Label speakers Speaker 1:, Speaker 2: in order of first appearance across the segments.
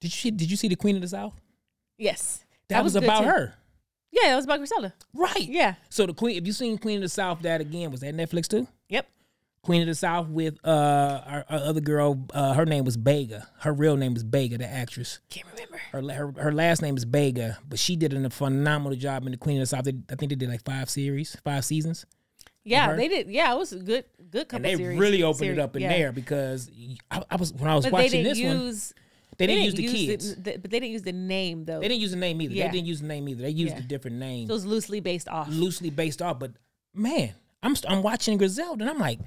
Speaker 1: Did you see? Did you see the Queen of the South?
Speaker 2: Yes.
Speaker 1: That, was,
Speaker 2: good,
Speaker 1: about
Speaker 2: too.
Speaker 1: her,
Speaker 2: Yeah, that was about Griselda.
Speaker 1: right?
Speaker 2: Yeah.
Speaker 1: So the Queen. If you seen Queen of the South, that again was that Netflix too.
Speaker 2: Yep.
Speaker 1: Queen of the South with uh our, our other girl. Uh, her name was Bega. Her real name is Bega, the actress.
Speaker 2: Can't remember.
Speaker 1: Her la- her, her last name is Bega, but she did a phenomenal job in the Queen of the South. They, I think they did like five series, five seasons.
Speaker 2: Yeah,
Speaker 1: Remember?
Speaker 2: they did. Yeah, it was a good, good couple.
Speaker 1: and they
Speaker 2: series-
Speaker 1: really opened
Speaker 2: series-
Speaker 1: it up in
Speaker 2: yeah.
Speaker 1: there because I, I was when I was
Speaker 2: But they
Speaker 1: watching
Speaker 2: didn't
Speaker 1: this one,
Speaker 2: use.
Speaker 1: they didn't, use the kids.
Speaker 2: the- but they didn't use the name though.
Speaker 1: they didn't use the name either.
Speaker 2: Yeah.
Speaker 1: They didn't use the name either. They used
Speaker 2: Yeah.
Speaker 1: a different name,
Speaker 2: It was loosely based off.
Speaker 1: loosely based off. But man, I'm st- I'm watching Griselda and I'm like,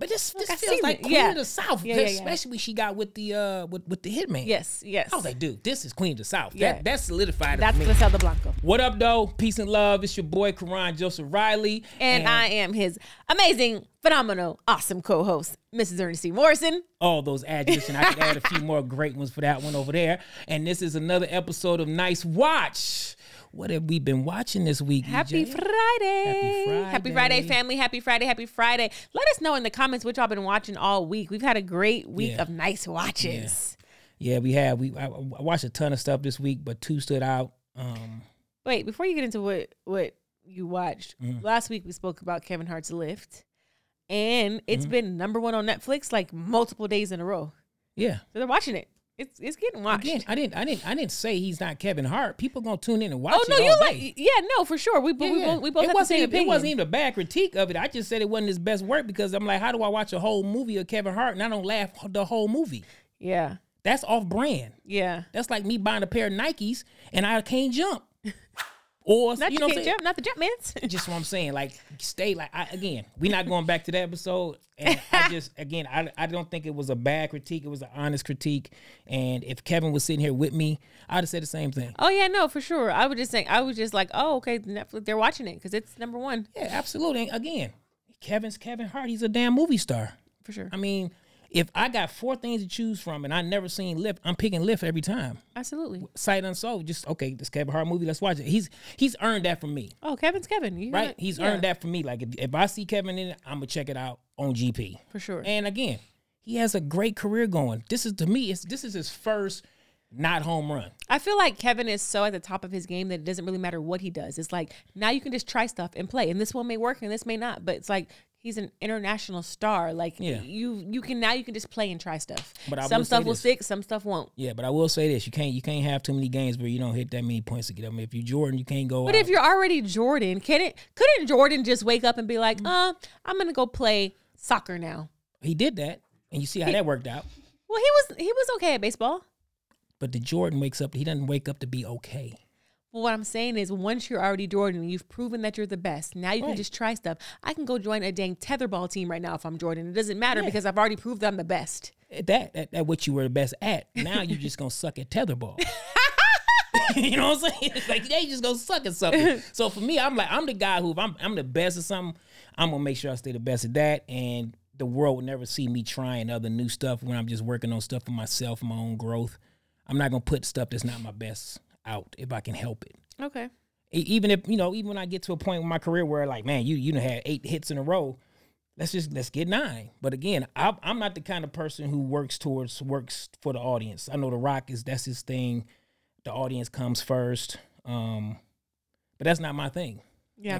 Speaker 1: but this this
Speaker 2: I've
Speaker 1: feels
Speaker 2: seen
Speaker 1: like
Speaker 2: it.
Speaker 1: Queen
Speaker 2: Yeah.
Speaker 1: of the South,
Speaker 2: Yeah, yeah, yeah.
Speaker 1: especially when she got with the uh with, with the hitman.
Speaker 2: yes, yes.
Speaker 1: I was like, dude, this is Queen of the South.
Speaker 2: Yeah.
Speaker 1: That that solidified Oh, it
Speaker 2: That's
Speaker 1: for me.
Speaker 2: Griselda Blanco,
Speaker 1: What up, though? Peace and love. It's your boy Karan Joseph Riley,
Speaker 2: and I am his amazing, phenomenal, awesome co-host, Mrs. Ernest C. Morrison.
Speaker 1: all those adjectives, and I could add a few more great ones for that one over there. And this is another episode of Nice Watch. What have we been watching this week? E
Speaker 2: Happy
Speaker 1: EJ?
Speaker 2: Friday. Happy Friday,
Speaker 1: Friday.
Speaker 2: family. Happy Friday. Happy Friday. Let us know in the comments what y'all been watching all week. We've had a great week
Speaker 1: Yeah.
Speaker 2: of nice watches.
Speaker 1: yeah, we have. We I, I watched a ton of stuff this week, but two stood out. Um,
Speaker 2: Wait, before you get into what what you watched,
Speaker 1: Mm-hmm.
Speaker 2: last week we spoke about Kevin Hart's Lift, and it's
Speaker 1: Mm-hmm.
Speaker 2: been number one on Netflix like multiple days in a row.
Speaker 1: yeah.
Speaker 2: So they're watching it. It's it's getting watched.
Speaker 1: Again, I didn't, I didn't, I didn't say he's not Kevin Hart. People gonna tune in and watch.
Speaker 2: Oh no,
Speaker 1: it
Speaker 2: you
Speaker 1: all day.
Speaker 2: like yeah, no, for sure. We bo-
Speaker 1: Yeah,
Speaker 2: we,
Speaker 1: yeah.
Speaker 2: both we both
Speaker 1: it
Speaker 2: have the
Speaker 1: wasn't
Speaker 2: same
Speaker 1: even, it
Speaker 2: opinion.
Speaker 1: wasn't even a bad critique of it. I just said it wasn't his best work because I'm like, how do I watch a whole movie of Kevin Hart and I don't laugh the whole movie?
Speaker 2: yeah,
Speaker 1: That's off brand.
Speaker 2: yeah.
Speaker 1: That's like me buying a pair of Nikes and I can't jump. Or
Speaker 2: Not
Speaker 1: you
Speaker 2: you
Speaker 1: know, what
Speaker 2: the King
Speaker 1: I'm saying?
Speaker 2: jump, not the jump man's.
Speaker 1: just what I'm saying. Like stay like I, again. We're not going back to that episode. And I just again, I I don't think it was a bad critique. It was an honest critique. And if Kevin was sitting here with me, I'd have said the same thing.
Speaker 2: oh yeah, no, for sure. I was just saying, I was just like, oh okay, Netflix, they're watching it because it's number one
Speaker 1: Yeah, absolutely. And again, Kevin's Kevin Hart. He's a damn movie star.
Speaker 2: for sure.
Speaker 1: I mean, if I got four things to choose from and I never seen Lift, I'm picking Lift every time.
Speaker 2: Absolutely.
Speaker 1: Sight unsold. Just okay, this Kevin Hart movie. Let's watch it. He's he's earned that from me.
Speaker 2: Oh, Kevin's Kevin. You
Speaker 1: right? He's earned that for me. Like if, if I see Kevin in it, I'm gonna check it out on GP.
Speaker 2: for sure.
Speaker 1: And again, he has a great career going. This is to me, it's this is his first not home run.
Speaker 2: I feel like Kevin is so at the top of his game that it doesn't really matter what he does. It's like now you can just try stuff and play, and this one may work and this may not. But it's like he's an international star. Like
Speaker 1: Yeah.
Speaker 2: you, you can now you can just play and try stuff.
Speaker 1: But I
Speaker 2: some
Speaker 1: will say
Speaker 2: stuff will
Speaker 1: this.
Speaker 2: stick, some stuff won't.
Speaker 1: Yeah, but I will say this: you can't you can't have too many games where you don't hit that many points to get up. if you Jordan, you can't go.
Speaker 2: But
Speaker 1: out.
Speaker 2: if you're already Jordan, can it? Couldn't Jordan just wake up and be like,
Speaker 1: Mm.
Speaker 2: "Uh, I'm gonna go play soccer now"?
Speaker 1: he did that, and you see how that worked out.
Speaker 2: Well, he was he was okay at baseball.
Speaker 1: But the Jordan wakes up; he doesn't wake up to be okay.
Speaker 2: Well, what I'm saying is, once you're already Jordan, you've proven that you're the best. Now you
Speaker 1: Right.
Speaker 2: can just try stuff. I can go join a dang tetherball team right now if I'm Jordan. It doesn't matter because I've already proved I'm the best.
Speaker 1: At that at, at what you were the best at. Now you're just gonna suck at tetherball. you know what I'm saying? It's like they just gonna suck at something. So for me, I'm like I'm the guy who if I'm I'm the best at something, I'm gonna make sure I stay the best at that, and the world will never see me trying other new stuff when I'm just working on stuff for myself, my own growth. I'm not gonna put stuff that's not my best out if I can help it.
Speaker 2: Okay.
Speaker 1: E- Even if you know, even when I get to a point in my career where like, man, you you done had eight hits in a row, let's just let's get nine. But again, I, I'm not the kind of person who works towards works for the audience. I know The Rock is that's his thing. The audience comes first, um, but that's not my thing.
Speaker 2: Yeah.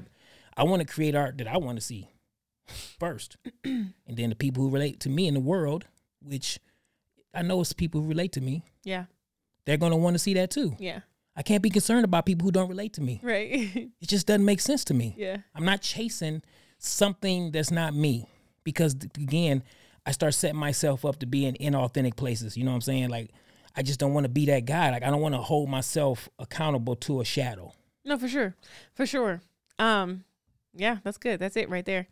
Speaker 1: I want to create art that I want to see first, and then the people who relate to me in the world, which I know it's people who relate to me,
Speaker 2: Yeah.
Speaker 1: they're gonna want to see that too.
Speaker 2: Yeah.
Speaker 1: I can't be concerned about people who don't relate to me.
Speaker 2: Right.
Speaker 1: It just doesn't make sense to me.
Speaker 2: yeah.
Speaker 1: I'm not chasing something that's not me because th- again, I start setting myself up to be in inauthentic places. You know what I'm saying? Like I just don't want to be that guy. Like I don't want to hold myself accountable to a shadow.
Speaker 2: No, for sure. For sure. Um, yeah, that's good. That's it right there.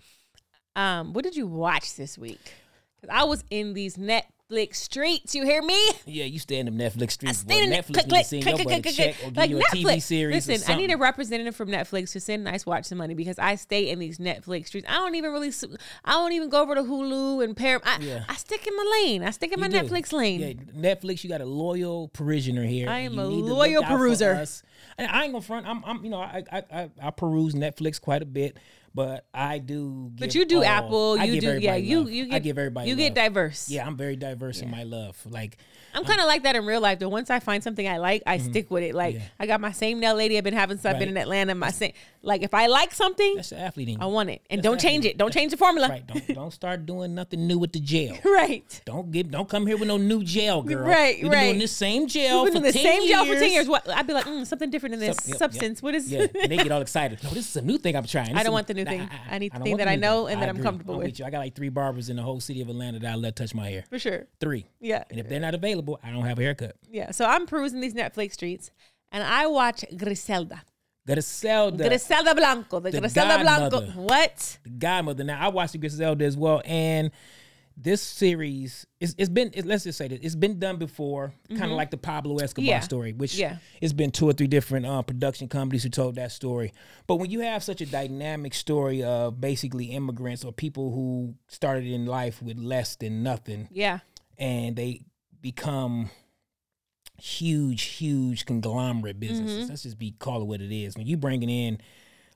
Speaker 2: Um, what did you watch this week? Cause I was in these Netflix streets. You hear me?
Speaker 1: Yeah, you stand in Netflix streets.
Speaker 2: Stay in
Speaker 1: boy.
Speaker 2: it.
Speaker 1: Netflix need
Speaker 2: Click,
Speaker 1: to
Speaker 2: click,
Speaker 1: send
Speaker 2: click,
Speaker 1: your
Speaker 2: click,
Speaker 1: butt a
Speaker 2: click,
Speaker 1: check
Speaker 2: click.
Speaker 1: or give
Speaker 2: Like
Speaker 1: you a
Speaker 2: Netflix.
Speaker 1: TV series.
Speaker 2: Listen,
Speaker 1: or
Speaker 2: I need a
Speaker 1: something.
Speaker 2: representative from Netflix to send nice watch some money because I stay in these Netflix streets. I don't even really, s- I don't even go over to Hulu and Paramount. I,
Speaker 1: Yeah.
Speaker 2: I stick in my lane. I stick in my
Speaker 1: You do.
Speaker 2: Netflix lane.
Speaker 1: Yeah, Netflix, you got a loyal peruser here.
Speaker 2: I
Speaker 1: and
Speaker 2: am
Speaker 1: you
Speaker 2: a
Speaker 1: need to look
Speaker 2: loyal
Speaker 1: out for
Speaker 2: peruser.
Speaker 1: us. And I ain't gonna front. I'm, I'm you know, I, I, I, I peruse Netflix quite a bit, But I do. Give
Speaker 2: But you do
Speaker 1: all-
Speaker 2: Apple.
Speaker 1: Oh, I
Speaker 2: You
Speaker 1: give
Speaker 2: do yeah.
Speaker 1: everybody
Speaker 2: You
Speaker 1: love.
Speaker 2: you get
Speaker 1: I give everybody.
Speaker 2: you
Speaker 1: love.
Speaker 2: get diverse.
Speaker 1: Yeah, I'm very diverse in my love. Like
Speaker 2: I'm kind of like that in real life. Though once I find something I like, I stick with it. Like
Speaker 1: Mm-hmm. Yeah.
Speaker 2: I got my same nail lady I've been having since I've been
Speaker 1: Right.
Speaker 2: in Atlanta. My same like if I like something,
Speaker 1: that's the athlete in you.
Speaker 2: I want it, and don't change it. Don't change the formula.
Speaker 1: right. Don't don't start doing nothing new with the jail.
Speaker 2: Right.
Speaker 1: Don't give don't come here with no new jail, girl.
Speaker 2: Right,
Speaker 1: We've
Speaker 2: right.
Speaker 1: Been doing this same jail
Speaker 2: We've
Speaker 1: for
Speaker 2: been doing the
Speaker 1: 10
Speaker 2: same
Speaker 1: years.
Speaker 2: job for ten years. What I'd be like, mm, something different in this
Speaker 1: Sup- yep, yep.
Speaker 2: substance. What is?
Speaker 1: Yeah, and they get all excited. No, this is a new thing I'm trying. This
Speaker 2: I
Speaker 1: is a-
Speaker 2: don't want the new
Speaker 1: Nah,
Speaker 2: thing. I need the
Speaker 1: don't
Speaker 2: thing
Speaker 1: want
Speaker 2: that I
Speaker 1: new
Speaker 2: know and that I'm
Speaker 1: agree.
Speaker 2: comfortable with.
Speaker 1: with. you. I got like three barbers in the whole city of Atlanta that I let touch my hair.
Speaker 2: For sure.
Speaker 1: Three.
Speaker 2: Yeah.
Speaker 1: And if they're not available, I don't have a haircut.
Speaker 2: Yeah. So I'm perusing these Netflix streets, and I watch Griselda.
Speaker 1: Griselda,
Speaker 2: Griselda Blanco. The,
Speaker 1: the
Speaker 2: Griselda Blanco.
Speaker 1: godmother.
Speaker 2: What?
Speaker 1: the godmother. Now I watched Griselda as well, and this series it's, it's been it, let's just say this it's been done before, kind of like the Pablo Escobar
Speaker 2: Mm-hmm. Yeah.
Speaker 1: story, which
Speaker 2: Yeah.
Speaker 1: it's been two or three different uh, production companies who told that story. But when you have such a dynamic story of basically immigrants or people who started in life with less than nothing,
Speaker 2: Yeah.
Speaker 1: and they become huge, huge conglomerate businesses. Let's just be call it what it is. When you bringing in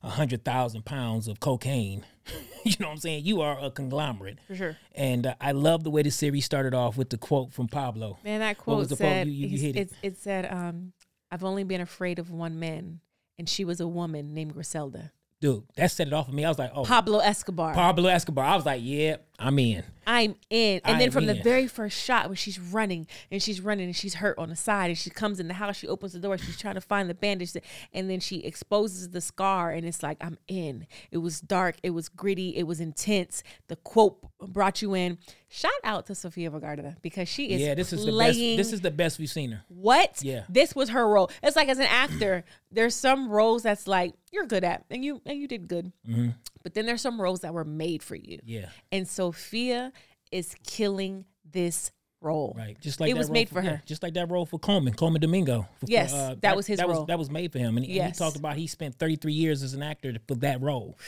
Speaker 1: a hundred thousand pounds of cocaine, you know what I'm saying? You are a conglomerate.
Speaker 2: For sure.
Speaker 1: And uh, I love the way the series started off with the quote from Pablo.
Speaker 2: Man, that
Speaker 1: What was
Speaker 2: quote
Speaker 1: the quote?
Speaker 2: said.
Speaker 1: You- you- you
Speaker 2: he's-
Speaker 1: hit it.
Speaker 2: it's- it said, um, "I've only been afraid of one man, and she was a woman named Griselda.
Speaker 1: Dude, that set it off for me. I was like, oh,
Speaker 2: Pablo Escobar.
Speaker 1: Pablo Escobar. I was like, yeah, I'm in.
Speaker 2: I'm in. And then
Speaker 1: I'm
Speaker 2: from the
Speaker 1: in.
Speaker 2: very first shot when she's running and she's running and she's hurt on the side and she comes in the house, she opens the door, she's trying to find the bandage and then she exposes the scar and it's like, I'm in. It was dark, it was gritty, it was intense. The quote brought you in. Shout out to Sofia Vergara because she is
Speaker 1: Yeah, this is the best.
Speaker 2: playing
Speaker 1: This is the best we've seen her.
Speaker 2: what?
Speaker 1: Yeah.
Speaker 2: This was her role. It's like as an actor, there's some roles that's like you're good at and you and you did good.
Speaker 1: Mm-hmm.
Speaker 2: But then there's some roles that were made for you.
Speaker 1: Yeah.
Speaker 2: And Sophia is killing this role.
Speaker 1: Right, just like
Speaker 2: It
Speaker 1: that
Speaker 2: was
Speaker 1: role
Speaker 2: made for
Speaker 1: yeah,
Speaker 2: her.
Speaker 1: just like that role for Coleman, Coleman Domingo. For- for,
Speaker 2: Yes, that was his
Speaker 1: that
Speaker 2: role.
Speaker 1: Was, that was made for him, and he, and he
Speaker 2: Yes.
Speaker 1: talked about he spent 33 years as an actor for that role,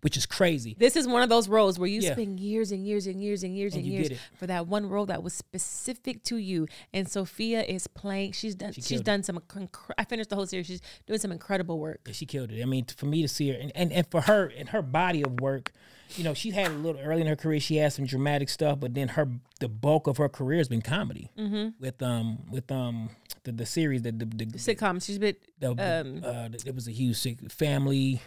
Speaker 1: which is crazy.
Speaker 2: This is one of those roles where you
Speaker 1: Yeah.
Speaker 2: spend years and years and years and years and,
Speaker 1: you
Speaker 2: years
Speaker 1: get it.
Speaker 2: for that one role that was specific to you. And Sophia is playing. She's done. she's
Speaker 1: killed it.
Speaker 2: done some. Conc- I finished the whole series. She's doing some incredible work.
Speaker 1: And she killed it. I mean, for me to see her, and, and, and for her and her body of work, you know, she had a little early in her career. She had some dramatic stuff, but then her the bulk of her career has been comedy
Speaker 2: Mm-hmm.
Speaker 1: with um with um the, the series that the, the,
Speaker 2: Sitcoms. She's been.
Speaker 1: the,
Speaker 2: um,
Speaker 1: uh, it was a huge sick family.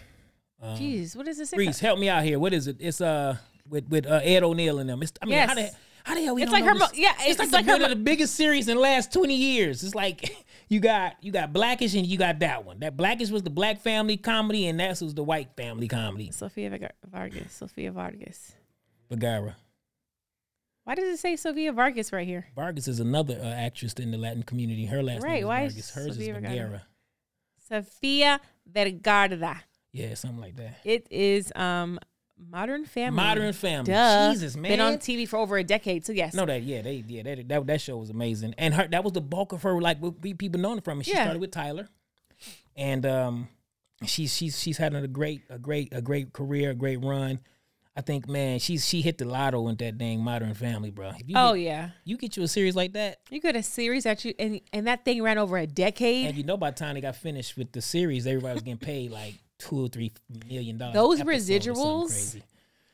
Speaker 2: Jeez, what is this? sitcom?
Speaker 1: Uh-huh. Reese, help me out here. What is it? It's uh with with uh, Ed O'Neill and them. It's, I mean, how
Speaker 2: Yes.
Speaker 1: the how the hell we
Speaker 2: It's
Speaker 1: don't
Speaker 2: like
Speaker 1: know
Speaker 2: her mo-
Speaker 1: this?
Speaker 2: yeah,
Speaker 1: it's,
Speaker 2: it's
Speaker 1: like,
Speaker 2: like
Speaker 1: the,
Speaker 2: her
Speaker 1: one of the biggest series in the last twenty years. It's like you got you got Blackish and you got that one. That Blackish was the black family comedy and that's was the white family comedy.
Speaker 2: Sophia Varga- Vargas. Sophia Vargas.
Speaker 1: Bagara
Speaker 2: Why does it say Sophia Vargas right here?
Speaker 1: Vargas is another uh, actress in the Latin community. Her last
Speaker 2: Right,
Speaker 1: name is
Speaker 2: why is
Speaker 1: Vargas. Hers is
Speaker 2: Sofia Vergara?
Speaker 1: Bagara.
Speaker 2: Sophia Vergara.
Speaker 1: Yeah, something like that.
Speaker 2: It is um Modern Family.
Speaker 1: Modern Family.
Speaker 2: Duh.
Speaker 1: Jesus, man.
Speaker 2: Been on TV for over a decade. So yes.
Speaker 1: No, that yeah, they yeah that, that that show was amazing, and her that was the bulk of her like what we people known her from. And she
Speaker 2: Yeah.
Speaker 1: started with Tyler, and um, she's she's she's had a great a great a great career, a great run. I think man, she's she hit the lotto with that dang Modern Family, bro. If you
Speaker 2: Oh
Speaker 1: get,
Speaker 2: yeah.
Speaker 1: you get you a series like that,
Speaker 2: You got a series that you and, and that thing ran over a decade.
Speaker 1: and you know by the time they got finished with the series, everybody was getting paid like two or three million dollars.
Speaker 2: Those
Speaker 1: an episode or something
Speaker 2: residuals?
Speaker 1: crazy.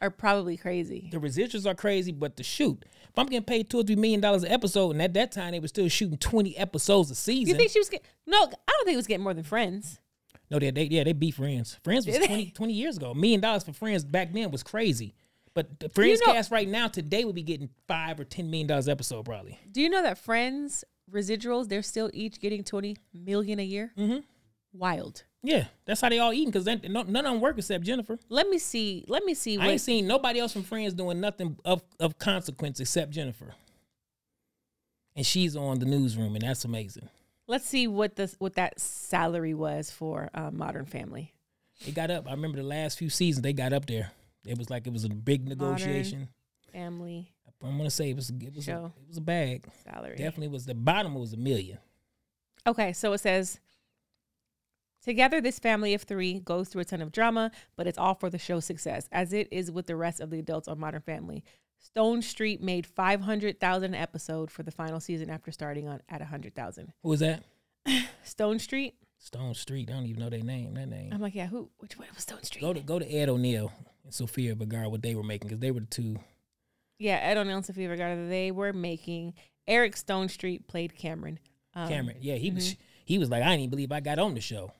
Speaker 2: Are probably crazy.
Speaker 1: the residuals are crazy, but the shoot. If I'm getting paid two or three million dollars an episode, and at that time they were still shooting twenty episodes a season.
Speaker 2: You think she was getting no, I don't think it was getting more than friends.
Speaker 1: No, they, they yeah, they beat Friends. Friends was
Speaker 2: Did they?
Speaker 1: 20, 20 years ago. A million dollars for Friends back then was crazy. But the Friends
Speaker 2: know-
Speaker 1: cast right now today would be getting five or ten million dollars episode probably.
Speaker 2: Do you know that friends residuals, they're still each getting twenty million a year? Mm-hmm. Wild.
Speaker 1: Yeah, that's how they all eating because no, none of them work except Jennifer.
Speaker 2: Let me see. Let me see
Speaker 1: I ain't
Speaker 2: what
Speaker 1: seen nobody else from Friends doing nothing of of consequence except Jennifer. And she's on the newsroom, and that's amazing.
Speaker 2: Let's see what this what that salary was for uh, Modern Family.
Speaker 1: It got up. I remember the last few seasons they got up there. It was like it was a big negotiation.
Speaker 2: Family
Speaker 1: I'm gonna say it was it was, a,
Speaker 2: Show.
Speaker 1: it was a bag.
Speaker 2: salary.
Speaker 1: Definitely was the bottom was a million.
Speaker 2: Okay, so it says Together this family of 3 goes through a ton of drama, but it's all for the show's success, as it is with the rest of the adults on Modern Family. Stone Street made 500,000 an episode for the final season after starting on at 100,000.
Speaker 1: Who was that?
Speaker 2: Stone Street
Speaker 1: Stone Street. I don't even know their name. That name.
Speaker 2: I'm like, yeah, who? Which one was Stone Street?
Speaker 1: Go to go to Ed O'Neill and Sophia Vergara what they were making because they were the two.
Speaker 2: yeah, Ed O'Neill and Sophia Vergara. They were making Eric Stone Street played Cameron. Um,
Speaker 1: Cameron. Yeah, he was he was like, I didn't even believe I got on the show.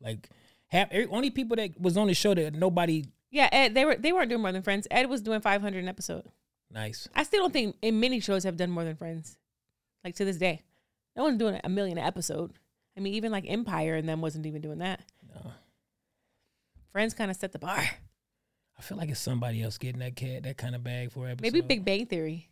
Speaker 1: Like half every, only people that was on the show that nobody
Speaker 2: Yeah, Ed. They were they weren't doing more than Friends. Ed was doing 500 an episode.
Speaker 1: nice.
Speaker 2: I still don't think in many shows have done more than Friends. Like to this day, no one's doing a million an episode. I mean, even like Empire and them wasn't even doing that.
Speaker 1: No.
Speaker 2: Friends kind of set the bar.
Speaker 1: I feel like it's somebody else getting that cat that kind of bag for an episode.
Speaker 2: Maybe Big Bang Theory.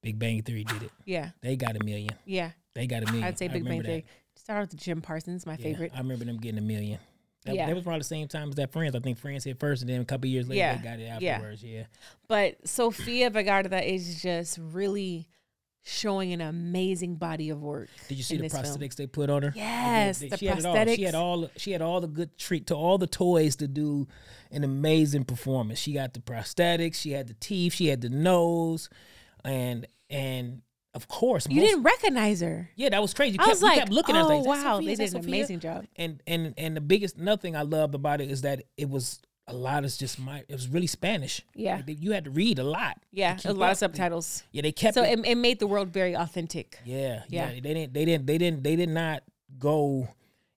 Speaker 1: Big Bang Theory did it.
Speaker 2: Yeah,
Speaker 1: They got a million.
Speaker 2: yeah.
Speaker 1: They got a million.
Speaker 2: I'd say Big Bang
Speaker 1: remember
Speaker 2: Theory. Start with Jim Parsons, my
Speaker 1: that. Yeah,
Speaker 2: favorite.
Speaker 1: I remember them getting a million. That,
Speaker 2: Yeah.
Speaker 1: that was probably the same time as that Friends. I think Friends hit first, and then a couple years later
Speaker 2: Yeah.
Speaker 1: they got it
Speaker 2: Yeah.
Speaker 1: afterwards. Yeah,
Speaker 2: But Sofia Vergara is just really showing an amazing body of work.
Speaker 1: Did you see
Speaker 2: in
Speaker 1: the
Speaker 2: this film.
Speaker 1: prosthetics they put on her?
Speaker 2: Yes,
Speaker 1: They-
Speaker 2: the
Speaker 1: she Had it all. She
Speaker 2: prosthetics.
Speaker 1: had all. She had all the good treat to all the toys to do an amazing performance. She got the prosthetics. She had the teeth. She had the nose, and and of course,
Speaker 2: You didn't recognize her.
Speaker 1: yeah, that was crazy. You
Speaker 2: I was
Speaker 1: you
Speaker 2: like,
Speaker 1: at us
Speaker 2: oh
Speaker 1: "Is that
Speaker 2: wow,
Speaker 1: Sophia?
Speaker 2: they
Speaker 1: Is that
Speaker 2: did an
Speaker 1: Sophia?"
Speaker 2: amazing job.
Speaker 1: And and and the biggest nothing I loved about it is that it was a lot of just my. It was really Spanish.
Speaker 2: Yeah.
Speaker 1: Like, you had to read a lot. to
Speaker 2: Yeah, a
Speaker 1: keep
Speaker 2: lot
Speaker 1: up.
Speaker 2: of subtitles.
Speaker 1: Yeah, they kept
Speaker 2: So
Speaker 1: it
Speaker 2: it, it made the world very authentic.
Speaker 1: Yeah, yeah.
Speaker 2: Yeah.
Speaker 1: They didn't. They didn't. They didn't. They did not go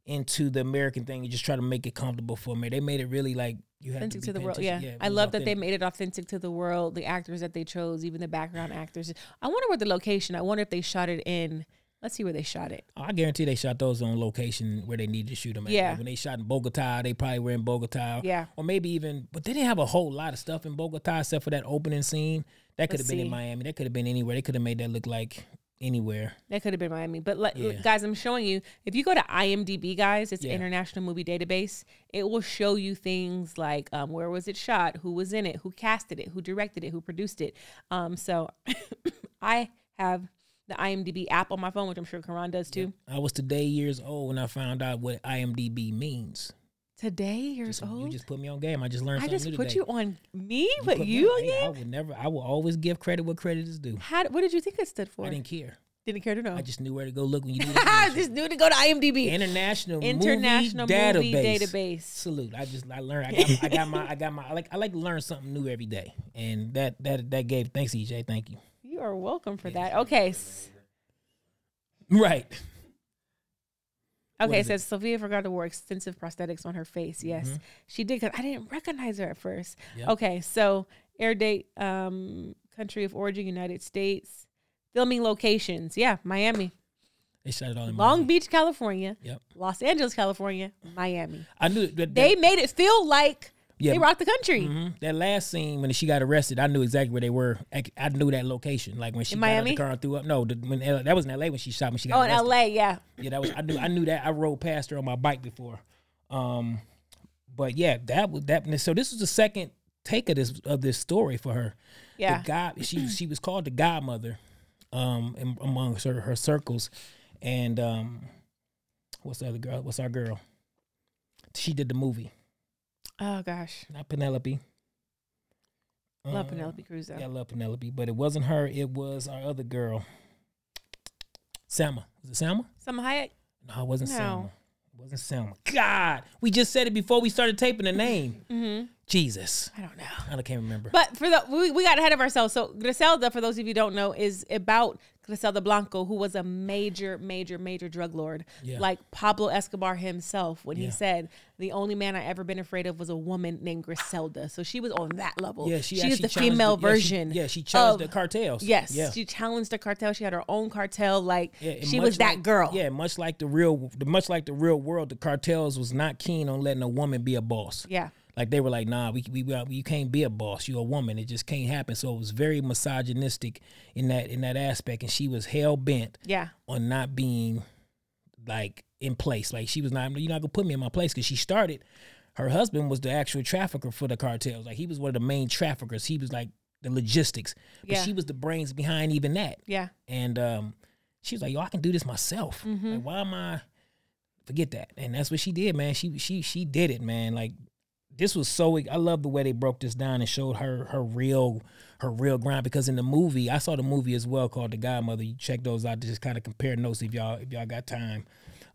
Speaker 1: into the American thing and just try to make it comfortable for me. They made it really like you had
Speaker 2: Authentic
Speaker 1: be
Speaker 2: to the world,
Speaker 1: authentic.
Speaker 2: yeah.
Speaker 1: it
Speaker 2: I
Speaker 1: was
Speaker 2: love that they
Speaker 1: authentic.
Speaker 2: made it authentic to the world. The actors that they chose, even the background actors. I wonder where the location. I wonder if they shot it in. Let's see where they shot it.
Speaker 1: I guarantee they shot those on location where they needed to shoot them. At.
Speaker 2: Yeah.
Speaker 1: Like, when they shot in Bogota, they probably were in Bogota.
Speaker 2: Yeah.
Speaker 1: Or maybe even, but they didn't have a whole lot of stuff in Bogota except for that opening scene. That could have
Speaker 2: Let's
Speaker 1: been in
Speaker 2: see.
Speaker 1: Miami. That could have been anywhere. They could have made that look like anywhere.
Speaker 2: That could have been Miami. But like,
Speaker 1: Yeah.
Speaker 2: guys, I'm showing you. If you go to IMDb, guys, it's
Speaker 1: Yeah.
Speaker 2: International Movie Database. It will show you things like um, where was it shot, who was in it, who casted it, who directed it, who produced it. Um, so I have the IMDb app on my phone, which I'm sure Karan does too.
Speaker 1: I was today years old when I found out what IMDb means.
Speaker 2: Today, years old.
Speaker 1: You just put me on game. I just learned
Speaker 2: I
Speaker 1: something
Speaker 2: just
Speaker 1: new
Speaker 2: put
Speaker 1: today.
Speaker 2: you on me, but
Speaker 1: But
Speaker 2: you
Speaker 1: no, hey, I
Speaker 2: again.
Speaker 1: would never. I will always give credit what credit is due.
Speaker 2: How? What did you think it stood for?
Speaker 1: I
Speaker 2: Didn't,
Speaker 1: didn't care.
Speaker 2: care to know.
Speaker 1: I just knew where to go look when you needed
Speaker 2: I just knew to go to IMDb.
Speaker 1: international
Speaker 2: International
Speaker 1: movie
Speaker 2: Movie
Speaker 1: database.
Speaker 2: Database.
Speaker 1: Salute. I just I learned. I got, I got my. I got my. I like. I like to learn something new every day, and that that that gave. Thanks, EJ. Thank you.
Speaker 2: You are welcome for that. Okay. s-
Speaker 1: Right. is
Speaker 2: Okay,
Speaker 1: Mm-hmm.
Speaker 2: it says Sophia forgot to wore extensive prosthetics on her face. Yes, she did. 'cause I didn't recognize her at first.
Speaker 1: Yeah.
Speaker 2: Okay, so air date, um, country of origin, United States. Filming locations, yeah, Miami,
Speaker 1: They shot it all in
Speaker 2: Long
Speaker 1: Miami.
Speaker 2: Beach, California,
Speaker 1: Yep.
Speaker 2: Los Angeles, California, Miami.
Speaker 1: I knew that.
Speaker 2: They
Speaker 1: that,
Speaker 2: made it feel like
Speaker 1: Yeah.
Speaker 2: they rocked the country.
Speaker 1: mhm. that last scene when she got arrested, I knew exactly where they were. I, I knew that location. Like when she
Speaker 2: In
Speaker 1: got out
Speaker 2: Miami?
Speaker 1: the car and threw up. No, the, when, that was in L.A. when she shot. When she got
Speaker 2: Oh, in
Speaker 1: arrested.
Speaker 2: LA, yeah.
Speaker 1: Yeah, that was I knew I knew that I rode past her on my bike before. Um but yeah, that was that so this was the second take of this of this story for her.
Speaker 2: Yeah.
Speaker 1: The god she she was called the godmother um in, among her, her circles and um what's the other girl? What's our girl? She did the movie.
Speaker 2: Oh gosh,
Speaker 1: Not Penelope.
Speaker 2: love
Speaker 1: Um,
Speaker 2: Penelope Cruz though.
Speaker 1: Yeah, I love Penelope, but it wasn't her, it was our other girl. Selma. Was it Selma?
Speaker 2: Some Hayek.
Speaker 1: No, it wasn't
Speaker 2: No.
Speaker 1: Selma. It wasn't Selma. God, we just said it before we started taping the name. Jesus,
Speaker 2: I don't know.
Speaker 1: I can't remember.
Speaker 2: Mm-hmm. But for the we, we got ahead of ourselves. So Griselda, for those of you who don't know, is about Griselda Blanco, who was a major, major, major drug lord,
Speaker 1: Yeah.
Speaker 2: like Pablo Escobar himself, when
Speaker 1: Yeah.
Speaker 2: he said, "The only man I ever been afraid of was a woman named Griselda." So she was on that level.
Speaker 1: yeah, she
Speaker 2: she
Speaker 1: actually
Speaker 2: is the
Speaker 1: challenged
Speaker 2: female
Speaker 1: yeah, she-
Speaker 2: version.
Speaker 1: Yeah, she challenged
Speaker 2: of-
Speaker 1: the cartels.
Speaker 2: Yes,
Speaker 1: yeah.
Speaker 2: she challenged the cartel. She had her own cartel. Like
Speaker 1: Yeah, and
Speaker 2: she
Speaker 1: much
Speaker 2: was that
Speaker 1: like-
Speaker 2: girl.
Speaker 1: Yeah, much like the real, much like the real world, the cartels was not keen on letting a woman be a boss.
Speaker 2: yeah.
Speaker 1: Like they were like, nah, we, we, we you can't be a boss. You're a woman. It just can't happen. So it was very misogynistic in that in that aspect, and she was hell bent
Speaker 2: yeah.
Speaker 1: on not being like in place. Like she was not, you're not gonna put me in my place because she started. Her husband was the actual trafficker for the cartels. Like he was one of the main traffickers. He was like the logistics, but
Speaker 2: Yeah.
Speaker 1: she was the brains behind even that.
Speaker 2: Yeah.
Speaker 1: And um, she was like, "Yo, I can do this myself.
Speaker 2: Mm-hmm.
Speaker 1: Like, why am I?" Forget that. And that's what she did, man. She she she did it, man. Like this was so. e, I love the way they broke this down and showed her her real her real grind because in the movie I saw the movie as well called The Godmother. You check those out to just kind of compare notes if y'all if y'all got time.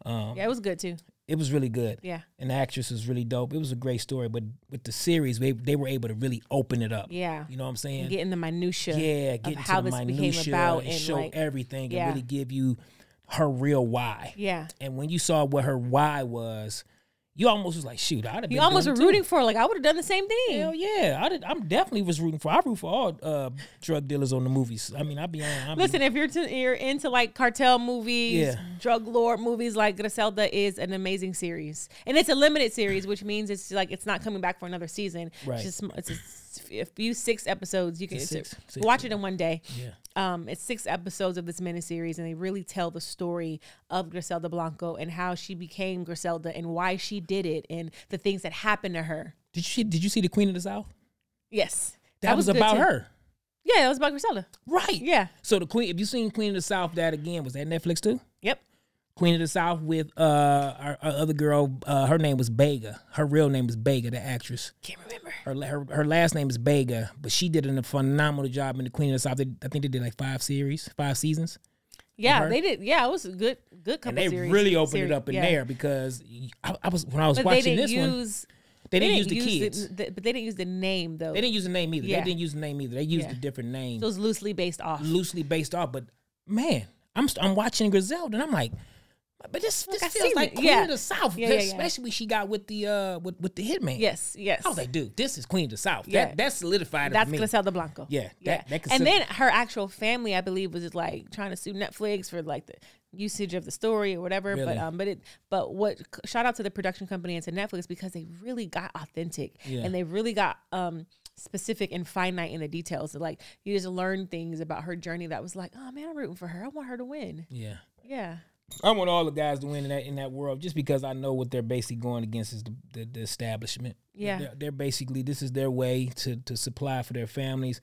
Speaker 1: Um,
Speaker 2: Yeah, it was good too.
Speaker 1: it was really good.
Speaker 2: Yeah.
Speaker 1: And the actress was really dope. It was a great story, but with the series, they, they were able to really open it up.
Speaker 2: Yeah.
Speaker 1: You know what I'm saying?
Speaker 2: Get in the minutia.
Speaker 1: yeah, get into
Speaker 2: how
Speaker 1: the
Speaker 2: this became
Speaker 1: minutia
Speaker 2: about
Speaker 1: and,
Speaker 2: and,
Speaker 1: show
Speaker 2: like-
Speaker 1: everything
Speaker 2: Yeah.
Speaker 1: and really give you her real why.
Speaker 2: Yeah.
Speaker 1: And when you saw what her why was, you almost was like, shoot, I'd have been
Speaker 2: You almost were
Speaker 1: doing it
Speaker 2: rooting for her. Like I would have done the same thing.
Speaker 1: too. Hell yeah, I did, I'm definitely was rooting for. I root for all uh, drug dealers on the movies. I mean, I'd be on. I'd be-
Speaker 2: Listen, if you're, to, you're into like cartel movies,
Speaker 1: Yeah.
Speaker 2: drug lord movies, like Griselda is an amazing series, and it's a limited series, which means it's like it's not coming back for another season.
Speaker 1: Right.
Speaker 2: It's just it's a s- a few six episodes. You can
Speaker 1: It's
Speaker 2: it's-
Speaker 1: six- six,
Speaker 2: watch it in one day.
Speaker 1: yeah.
Speaker 2: Um, it's six episodes of this miniseries, and they really tell the story of Griselda Blanco and how she became Griselda and why she did it and the things that happened to her.
Speaker 1: Did you see, did you see the Queen of the South?
Speaker 2: Yes,
Speaker 1: That, was,
Speaker 2: good
Speaker 1: about
Speaker 2: too.
Speaker 1: her,
Speaker 2: Yeah, that was about Griselda.
Speaker 1: right?
Speaker 2: Yeah.
Speaker 1: So the Queen, if you seen Queen of the South, that again was that Netflix too.
Speaker 2: Yep.
Speaker 1: Queen of the South with uh our, our other girl, uh, her name was Bega. Her real name is Bega, the actress.
Speaker 2: Can't remember.
Speaker 1: Her, her her last name is Bega, but she did a phenomenal job in the Queen of the South. They, I think they did like five series, five seasons.
Speaker 2: Yeah,
Speaker 1: her?
Speaker 2: they did. Yeah, it was a good, good couple.
Speaker 1: and they
Speaker 2: series,
Speaker 1: really opened it
Speaker 2: series,
Speaker 1: up in
Speaker 2: yeah.
Speaker 1: there because I, I was when I was
Speaker 2: But they
Speaker 1: watching
Speaker 2: didn't
Speaker 1: this one,
Speaker 2: use.
Speaker 1: they didn't, use the kids.
Speaker 2: the- but they didn't use the name though.
Speaker 1: they didn't use the name either.
Speaker 2: Yeah.
Speaker 1: They didn't use the name either. They used
Speaker 2: Yeah.
Speaker 1: a different name,
Speaker 2: It was loosely based off.
Speaker 1: loosely based off. But man, I'm st- I'm watching Griselda, and I'm like, but this this
Speaker 2: I
Speaker 1: feels
Speaker 2: seen
Speaker 1: like
Speaker 2: it.
Speaker 1: Queen
Speaker 2: Yeah.
Speaker 1: of the South,
Speaker 2: Yeah, yeah, yeah.
Speaker 1: especially she got with the uh with, with the hitman.
Speaker 2: yes, yes.
Speaker 1: I was like, dude, this is Queen of the South.
Speaker 2: Yeah.
Speaker 1: That that solidified it
Speaker 2: That's
Speaker 1: for me.
Speaker 2: Griselda Blanco.
Speaker 1: Yeah, that-
Speaker 2: yeah.
Speaker 1: that
Speaker 2: and
Speaker 1: consider-
Speaker 2: then her actual family, I believe, was just like trying to sue Netflix for like the usage of the story or whatever. But
Speaker 1: Really?
Speaker 2: um, but it, but what? Shout out to the production company and to Netflix because they really got authentic
Speaker 1: Yeah.
Speaker 2: and they really got um specific and finite in the details. Like you just learn things about her journey that was like, oh man, I'm rooting for her. I want her to win.
Speaker 1: yeah.
Speaker 2: Yeah.
Speaker 1: I want all the guys to win in that in that world, just because I know what they're basically going against is the, the, the establishment.
Speaker 2: Yeah.
Speaker 1: they're, they're basically this is their way to to supply for their families.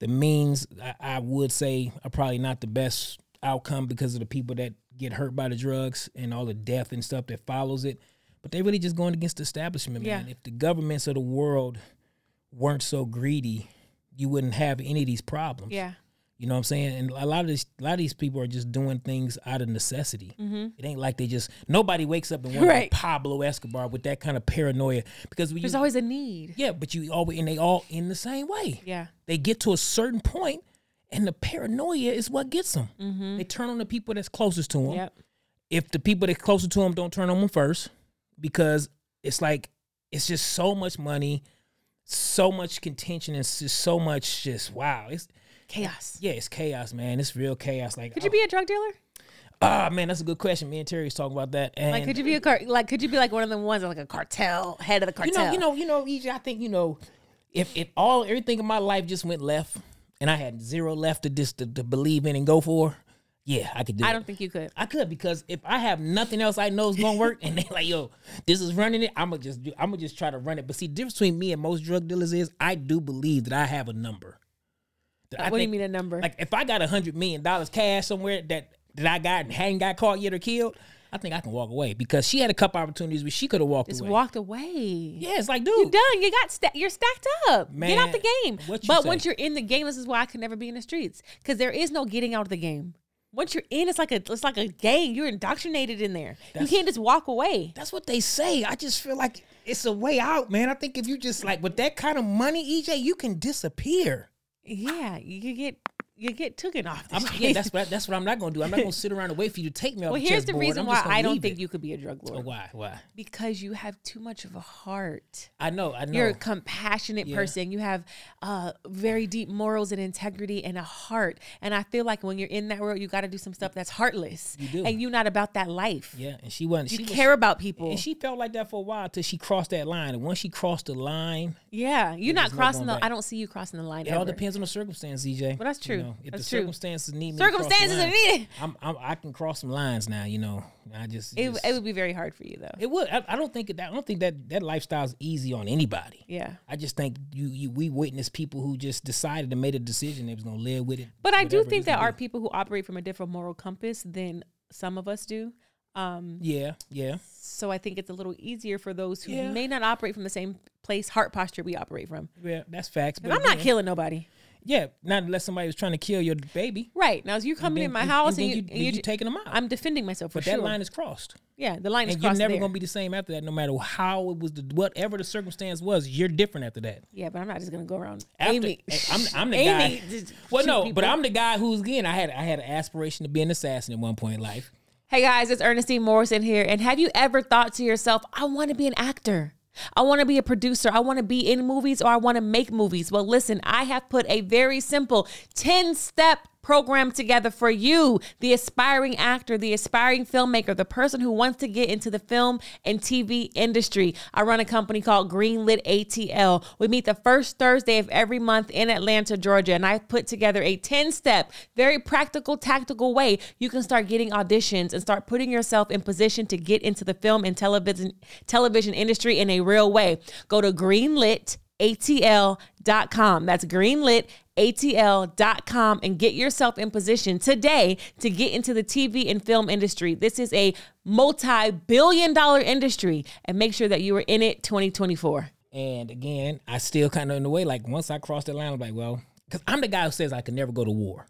Speaker 1: The means I, I would say are probably not the best outcome because of the people that get hurt by the drugs and all the death and stuff that follows it. But they're really just going against the establishment, man.
Speaker 2: Yeah.
Speaker 1: If the governments of the world weren't so greedy, you wouldn't have any of these problems.
Speaker 2: Yeah.
Speaker 1: You know what I'm saying? And a lot of this, a lot of these people are just doing things out of necessity. It ain't like they just nobody wakes up and wants
Speaker 2: Mm-hmm. Right.
Speaker 1: Pablo Escobar with that kind of paranoia because we
Speaker 2: There's
Speaker 1: use,
Speaker 2: always a need.
Speaker 1: yeah, but you always and they all in the same way.
Speaker 2: Yeah.
Speaker 1: They get to a certain point, and the paranoia is what gets them. They turn on the people that's closest to them.
Speaker 2: Mm-hmm. Yep.
Speaker 1: If the people that's closer to them don't turn on them first, because it's like it's just so much money, so much contention, and it's just so much just wow. It's
Speaker 2: Chaos.
Speaker 1: yeah, it's chaos, man. It's real chaos. Like,
Speaker 2: Could you be a drug dealer?
Speaker 1: ah, man, that's a good question. Me and Terry was talking about that. And
Speaker 2: Like, could you be a car? Like, could you be like one of the ones like a cartel head of the
Speaker 1: you
Speaker 2: cartel?
Speaker 1: know, you know, you know, EJ, I think you know, if if all everything in my life just went left, and I had zero left to just to, to believe in and go for, yeah, I could do.
Speaker 2: I
Speaker 1: it.
Speaker 2: don't think you could.
Speaker 1: I could because if I have nothing else I know is gonna work, and they like, yo, this is running it. I'm gonna just, do, I'm gonna just try to run it. But see, the difference between me and most drug dealers is I do believe that I have a number. That I
Speaker 2: what do you
Speaker 1: think-
Speaker 2: mean a number?
Speaker 1: Like if I got a hundred million dollars cash somewhere that that I got and hadn't got caught yet or killed, I think I can walk away because she had a couple opportunities where she could have walked
Speaker 2: just
Speaker 1: away.
Speaker 2: walked away.
Speaker 1: yeah, it's like, dude,
Speaker 2: Done. You got sta- you're stacked up. Get out
Speaker 1: Man,
Speaker 2: the game.
Speaker 1: what you
Speaker 2: But
Speaker 1: say?
Speaker 2: once you're in the game, this is why I could never be in the streets because there is no getting out of the game. Once you're in, it's like a it's like a game. You're indoctrinated in there. you can't just walk away.
Speaker 1: that's what they say. I just feel like it's a way out, man. I think if you just like with that kind of money, EJ, you can disappear.
Speaker 2: Yeah, you get you get taken off. the
Speaker 1: I'm, yeah,
Speaker 2: streets.
Speaker 1: that's what that's what I'm not gonna do. I'm not gonna sit around and wait for you to take me off.
Speaker 2: well,
Speaker 1: the
Speaker 2: here's the
Speaker 1: chessboard.
Speaker 2: reason
Speaker 1: I'm
Speaker 2: why
Speaker 1: just gonna
Speaker 2: I don't
Speaker 1: leave
Speaker 2: think
Speaker 1: it.
Speaker 2: you could be a drug lord.
Speaker 1: Oh, Why? Why?
Speaker 2: because you have too much of a heart.
Speaker 1: I know. I know.
Speaker 2: You're a compassionate person. You have uh, very deep morals and integrity and a heart. And I feel like when you're in that world, you got to do some stuff that's heartless. You
Speaker 1: do.
Speaker 2: And you're not about that life.
Speaker 1: yeah, and she wasn't.
Speaker 2: You
Speaker 1: she was-
Speaker 2: care about people.
Speaker 1: and she felt like that for a while till she crossed that line. And once she crossed the line,
Speaker 2: yeah. You're not
Speaker 1: no
Speaker 2: crossing
Speaker 1: going
Speaker 2: the,
Speaker 1: back.
Speaker 2: I don't see you crossing the line
Speaker 1: It all
Speaker 2: ever.
Speaker 1: depends on the circumstance, EJ.
Speaker 2: Well, that's
Speaker 1: You
Speaker 2: true.
Speaker 1: know, if
Speaker 2: That's
Speaker 1: the
Speaker 2: true.
Speaker 1: circumstances need me, to cross
Speaker 2: Circumstances
Speaker 1: the
Speaker 2: are
Speaker 1: line,
Speaker 2: needed.
Speaker 1: I'm, I'm, I can cross some lines now. You know, I just
Speaker 2: It,
Speaker 1: just-
Speaker 2: it would be very hard for you, though.
Speaker 1: it would. I, I don't think that. I don't think that that lifestyle's easy on anybody.
Speaker 2: yeah.
Speaker 1: I just think you, you we witness people who just decided and made a decision they was gonna live with it.
Speaker 2: But I do
Speaker 1: whatever it
Speaker 2: think
Speaker 1: is they
Speaker 2: there are
Speaker 1: do.
Speaker 2: people who operate from a different moral compass than some of us do. Um,
Speaker 1: Yeah, yeah,
Speaker 2: so I think it's a little easier for those who
Speaker 1: Yeah.
Speaker 2: may not operate from the same place, heart posture we operate from.
Speaker 1: yeah. That's facts.
Speaker 2: And I'm not
Speaker 1: again-
Speaker 2: killing nobody.
Speaker 1: Yeah, not unless somebody was trying to kill your baby.
Speaker 2: Right now, if you're coming
Speaker 1: Then-
Speaker 2: in my house and,
Speaker 1: then
Speaker 2: you,
Speaker 1: then
Speaker 2: and you,
Speaker 1: you taking them out.
Speaker 2: I'm defending myself for
Speaker 1: but
Speaker 2: sure.
Speaker 1: that line is crossed,
Speaker 2: yeah, the line is
Speaker 1: and you're
Speaker 2: crossed
Speaker 1: never
Speaker 2: there.
Speaker 1: gonna be the same after that. No matter how it was, the, whatever the circumstance was, you're different after that.
Speaker 2: yeah, but I'm not just gonna go around.
Speaker 1: After, eh,
Speaker 2: Amy,
Speaker 1: I'm, I'm the
Speaker 2: Amy
Speaker 1: guy.
Speaker 2: just
Speaker 1: Well,
Speaker 2: shoot
Speaker 1: no,
Speaker 2: people.
Speaker 1: but I'm the guy who's again. I had I had an aspiration to be an assassin at one point in life.
Speaker 2: Hey guys, it's Ernestine Morrison here. And have you ever thought to yourself, I want to be an actor? I want to be a producer. I want to be in movies or I want to make movies. Well, listen, I have put a very simple 10 step program together for you, the aspiring actor, the aspiring filmmaker, the person who wants to get into the film and TV industry. I run a company called Greenlit ATL. We meet the first Thursday of every month in Atlanta, Georgia, and I put together a 10 step, very practical, tactical way you can start getting auditions and start putting yourself in position to get into the film and television television industry in a real way. Go to greenlitatl.com. That's greenlitatl.com and get yourself in position today to get into the TV and film industry. This is a multi-billion dollar industry and make sure that you are in it 2024.
Speaker 1: And again, I still kind of in the way. Like once I crossed that line, I'm like, well, because I'm the guy who says I can never go to war,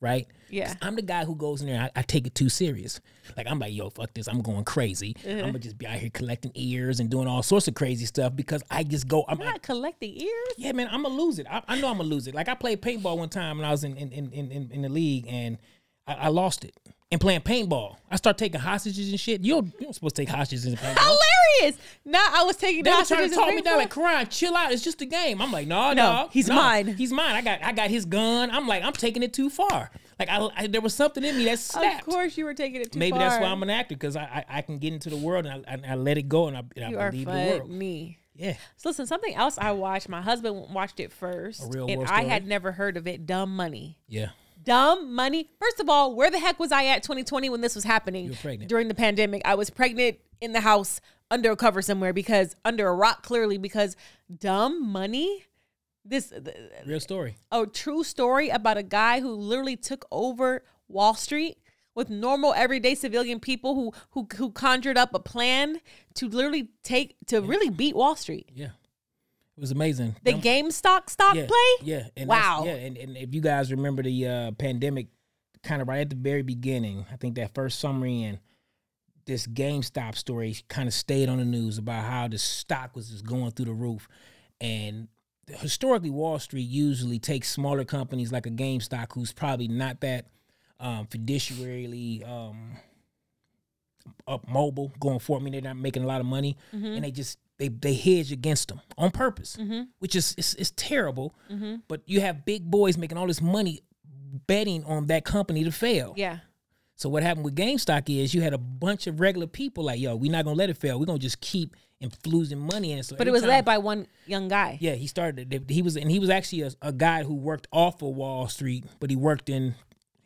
Speaker 1: right? 'Cause
Speaker 2: Yeah.
Speaker 1: I'm the guy who goes in there. and I, I take it too serious. Like I'm like, yo, fuck this. I'm going crazy.
Speaker 2: Uh-huh.
Speaker 1: I'm gonna just be out here collecting ears and doing all sorts of crazy stuff because I just go. I'm
Speaker 2: Not collecting ears.
Speaker 1: yeah, man, I'm gonna lose it. I, I know I'm gonna lose it. Like I played paintball one time when I was in in in in, in, in the league, and I, I lost it. And playing paintball, I start taking hostages and shit. You don't, you're not supposed to take hostages in paintball.
Speaker 2: Hilarious. No, I was taking
Speaker 1: They were
Speaker 2: down
Speaker 1: trying to
Speaker 2: pictures
Speaker 1: talk
Speaker 2: of
Speaker 1: me down,
Speaker 2: paintball.
Speaker 1: like, "Crying, chill out. It's just a game." I'm like, "No, no,
Speaker 2: he's mine."
Speaker 1: He's mine. I got, I got his gun." I'm like, "I'm taking it too far." Like, I, I there was something in me that snapped.
Speaker 2: Of course, you were taking it too
Speaker 1: Maybe
Speaker 2: far.
Speaker 1: that's why I'm an actor because I, I, I can get into the world and I, and I let it go and I, and
Speaker 2: You
Speaker 1: I
Speaker 2: are
Speaker 1: believe the world.
Speaker 2: funny.
Speaker 1: Yeah,
Speaker 2: So listen, something else I watched. My husband watched it first,
Speaker 1: A Real
Speaker 2: and
Speaker 1: War
Speaker 2: I
Speaker 1: Story?
Speaker 2: had never heard of it. Dumb money.
Speaker 1: yeah.
Speaker 2: Dumb money. First of all, where the heck was I at 2020 when this was happening?
Speaker 1: were pregnant.
Speaker 2: during the pandemic. I was pregnant in the house under a cover somewhere because under a rock clearly because dumb money. This
Speaker 1: Real story.
Speaker 2: a true story about a guy who literally took over Wall Street with normal everyday civilian people who who who conjured up a plan to literally take to really beat Wall Street.
Speaker 1: Yeah, it was amazing.
Speaker 2: The GameStop stock
Speaker 1: yeah,
Speaker 2: play?
Speaker 1: Yeah. And
Speaker 2: Wow.
Speaker 1: that's- Yeah. And, and if you guys remember the uh, pandemic, kind of right at the very beginning, I think that first summer in, this GameStop story kind of stayed on the news about how the stock was just going through the roof. And historically, Wall Street usually takes smaller companies like a GameStop, who's probably not that um, fiduciarily. Um, up mobile going for. I mean, they're not making a lot of money,
Speaker 2: Mm-hmm.
Speaker 1: and they just they they hedge against them on purpose, which is it's, it's terrible.
Speaker 2: Mm-hmm.
Speaker 1: But you have big boys making all this money betting on that company to fail.
Speaker 2: Yeah.
Speaker 1: So what happened with GameStop is you had a bunch of regular people like, yo, we're not gonna let it fail. We're gonna just keep infusing money in. it. So
Speaker 2: But it was led by one young guy.
Speaker 1: yeah, he started. they- He was and he was actually a, a guy who worked off of Wall Street, but he worked in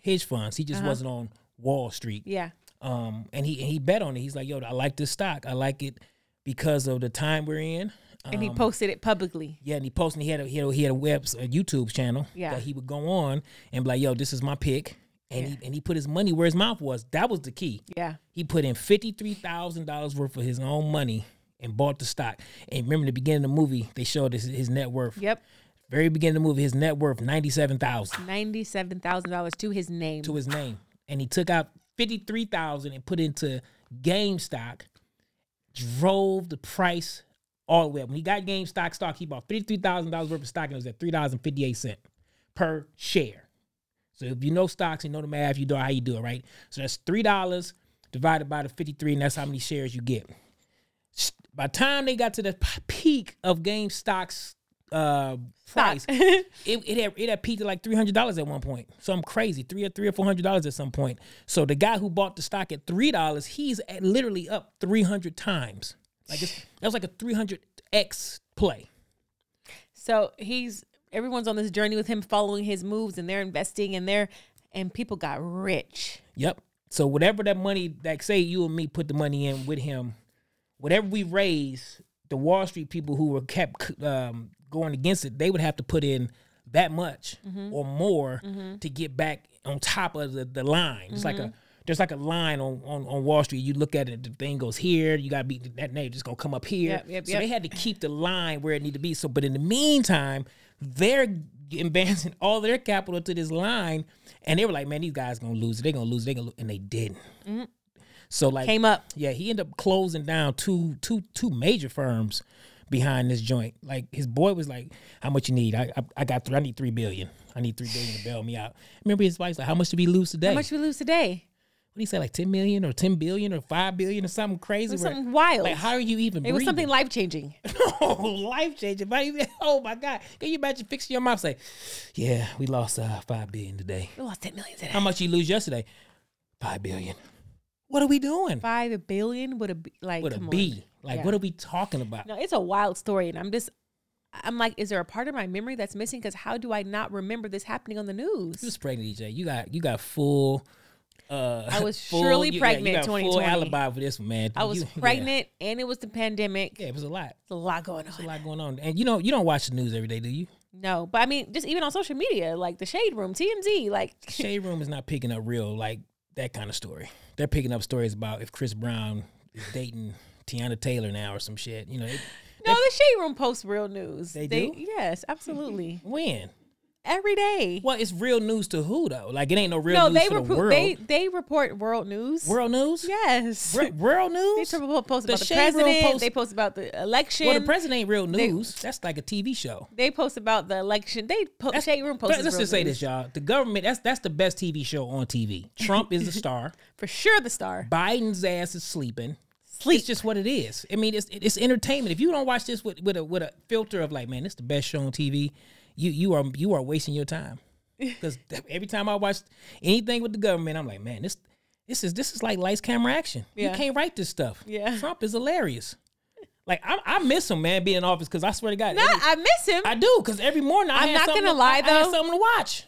Speaker 1: hedge funds. He
Speaker 2: Uh-huh.
Speaker 1: just wasn't on Wall Street.
Speaker 2: Yeah.
Speaker 1: Um, and he and he bet on it. He's like, yo, I like this stock. I like it because of the time we're in. Um,
Speaker 2: And he posted it publicly.
Speaker 1: yeah, and he posted. He had a he had a, he had a web a YouTube channel
Speaker 2: Yeah.
Speaker 1: that he would go on and be like, yo, this is my pick. And he and he put his money where his mouth was. That was the key.
Speaker 2: Yeah.
Speaker 1: He put in fifty three thousand dollars worth of his own money and bought the stock. And remember, in the beginning of the movie, they showed his, his net worth.
Speaker 2: Yep.
Speaker 1: Very beginning of the movie, his net worth ninety seven thousand.
Speaker 2: Ninety-seven thousand dollars to his name.
Speaker 1: to his name, and he took out fifty three thousand and put into GameStop. Drove the price all the way up. When he got GameStop stock, he bought fifty three thousand dollars worth of stock, and it was at three dollars and fifty eight cent per share. So if you know stocks, you know the math. You know how you do it, right? So that's three dollars divided by the fifty three, and that's how many shares you get. S- By the time they got to the p- peak of GameStop's uh, price,
Speaker 2: Stock.
Speaker 1: it, it had it had peaked at like three hundred dollars at one point. Some crazy three or three or four hundred dollars at some point. So the guy who bought the stock at three dollars, he's at literally up three hundred times. Like it's, that was like a three hundred x play.
Speaker 2: So he's everyone's on this journey with him, following his moves, and they're investing, and they're and people got rich.
Speaker 1: Yep. So whatever that money, like say you and me put the money in with him, whatever we raise, the Wall Street people who were kept um, going against it, they would have to put in that much
Speaker 2: Mm-hmm.
Speaker 1: or more to get back on top of the, the line. It's like a
Speaker 2: Mm-hmm.
Speaker 1: there's like a line on, on, on Wall Street. You look at it, the thing goes here. You gotta be that name just gonna come up here.
Speaker 2: Yep, yep,
Speaker 1: so
Speaker 2: yep.
Speaker 1: they had to keep the line where it needed to be. So, but in the meantime, their advancing all their capital to this line, and they were like, "Man, these guys gonna lose. They're gonna lose. They're gonna lose," and they didn't.
Speaker 2: Mm-hmm.
Speaker 1: So like,
Speaker 2: Came up.
Speaker 1: yeah, he ended up closing down two two two major firms behind this joint. Like his boy was like, "How much you need? I I, I got three. I need three billion. I need three billion to bail me out." Remember his wife's like, "How much did we lose today?"
Speaker 2: How much we lose today?
Speaker 1: what do you say, like ten million or ten billion or five billion or something crazy?
Speaker 2: It was
Speaker 1: where-
Speaker 2: something wild.
Speaker 1: Like, how are you even?
Speaker 2: it was something life changing.
Speaker 1: oh, life changing. But even- oh my god, can you imagine fixing your mouth? Say, yeah, we lost uh, five billion today.
Speaker 2: We lost ten million today.
Speaker 1: How much you lose yesterday? Five billion. What are we doing?
Speaker 2: Five billion with a B, like
Speaker 1: With a
Speaker 2: come on.
Speaker 1: B. Like,
Speaker 2: Yeah.
Speaker 1: what are we talking about?
Speaker 2: No, it's a wild story, and I'm just, I'm like, is there a part of my memory that's missing? Because how do I not remember this happening on the
Speaker 1: You was
Speaker 2: news?
Speaker 1: pregnant, EJ. You got you got full. Uh,
Speaker 2: I was
Speaker 1: full-
Speaker 2: surely
Speaker 1: you- yeah,
Speaker 2: pregnant
Speaker 1: You got full
Speaker 2: 2020.
Speaker 1: alibi for this one, man.
Speaker 2: I was
Speaker 1: You- yeah.
Speaker 2: pregnant, and it was the pandemic.
Speaker 1: Yeah. it was a lot.
Speaker 2: It's a lot going
Speaker 1: A
Speaker 2: on.
Speaker 1: lot going on, and you know you don't watch the news every day, do you?
Speaker 2: No, but I mean, just even on social media, like the Shade Room, TMZ, like
Speaker 1: Shade Room is not picking up real like that kind of story. They're picking up stories about if Chris Brown is dating Tiana Taylor now or some shit. You know, it,
Speaker 2: no, the Shade Room posts real news.
Speaker 1: They do?
Speaker 2: yes, absolutely,
Speaker 1: when?
Speaker 2: every day.
Speaker 1: Well, it's real news to who though? Like it ain't no real
Speaker 2: No,
Speaker 1: news
Speaker 2: they
Speaker 1: to the
Speaker 2: report.
Speaker 1: world.
Speaker 2: They they report world news.
Speaker 1: world news?
Speaker 2: yes.
Speaker 1: Wor- world
Speaker 2: They
Speaker 1: news?
Speaker 2: triple post
Speaker 1: The
Speaker 2: about the,
Speaker 1: Shade Room
Speaker 2: president.
Speaker 1: post-
Speaker 2: they post about the election.
Speaker 1: Well, the president ain't real news. That's like a TV show.
Speaker 2: they post about the election. They po-
Speaker 1: That's-
Speaker 2: Shade Room
Speaker 1: but
Speaker 2: posts.
Speaker 1: Let's just say this, y'all. The government. That's that's the best TV show on TV. Trump is the star.
Speaker 2: for sure. The star
Speaker 1: Biden's ass is sleeping.
Speaker 2: sleep.
Speaker 1: It's just what it is. I mean, it's it's entertainment. If you don't watch this with, with a with a filter of like, man, this is the best show on TV, you you are you are wasting your time. Because every time I watch anything with the government, I'm like, man, this this is this is like lights, camera, action. You
Speaker 2: Yeah.
Speaker 1: can't write this stuff.
Speaker 2: Yeah.
Speaker 1: Trump is hilarious. Like I, I miss him, man, being in office. Because I swear to God,
Speaker 2: Nah,
Speaker 1: every-
Speaker 2: I miss him.
Speaker 1: I do. Because every morning I
Speaker 2: I'm
Speaker 1: had
Speaker 2: not
Speaker 1: something
Speaker 2: gonna
Speaker 1: to-
Speaker 2: lie,
Speaker 1: I- I had
Speaker 2: though.
Speaker 1: something to watch.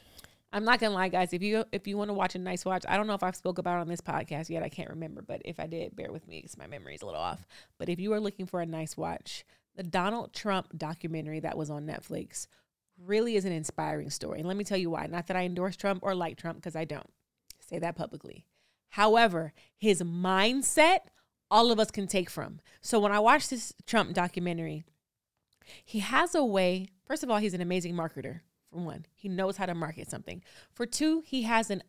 Speaker 2: I'm not gonna lie, guys. If you if you want to watch a nice watch, I don't know if I've spoke about it on this podcast yet. I can't remember, but if I did, bear with me because my memory's a little off. But if you are looking for a nice watch, the Donald Trump documentary that was on Netflix really is an inspiring story. And let me tell you why. Not that I endorse Trump or like Trump because I don't say that publicly. However, his mindset, all of us can take from. So when I watched this Trump documentary, he has a way. First of all, he's an amazing marketer. For one, he knows how to market something. For two, he has an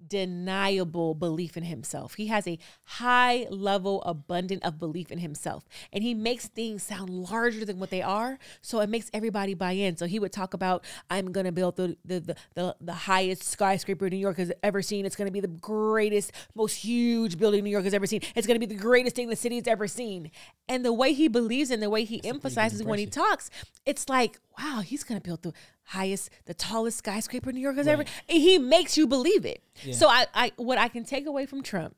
Speaker 2: undeniable belief in himself. He has a high level, abundant of belief in himself, and he makes things sound larger than what they are. So it makes everybody buy in. So he would talk about, "I'm gonna build the the the, the, the highest skyscraper New York has ever seen. It's gonna be the greatest, most huge building New York has ever seen. It's gonna be the greatest thing the city has ever seen." And the way he believes and the way he emphasizes when he talks, it's like, wow, he's gonna build the highest, the tallest skyscraper New York has ever. And he makes you believe it. So I, I, what I can take away from Trump,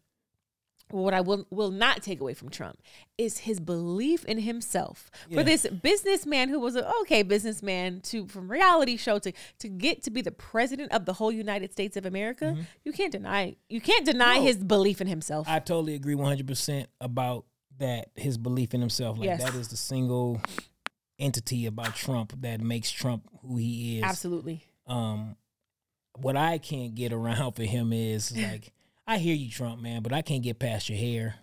Speaker 2: what I will will not take away from Trump, is his belief in himself. For this businessman who was an okay businessman to from reality show to to get to be the president of the whole United States of America, you can't deny you can't deny his belief in himself.
Speaker 1: Mm-hmm. I totally agree 100% about that his belief in himself like
Speaker 2: Yes.
Speaker 1: that is the single entity about Trump that makes Trump who he is.
Speaker 2: Absolutely.
Speaker 1: Um what I can't get around for him is like I hear you Trump man, but I can't get past your hair.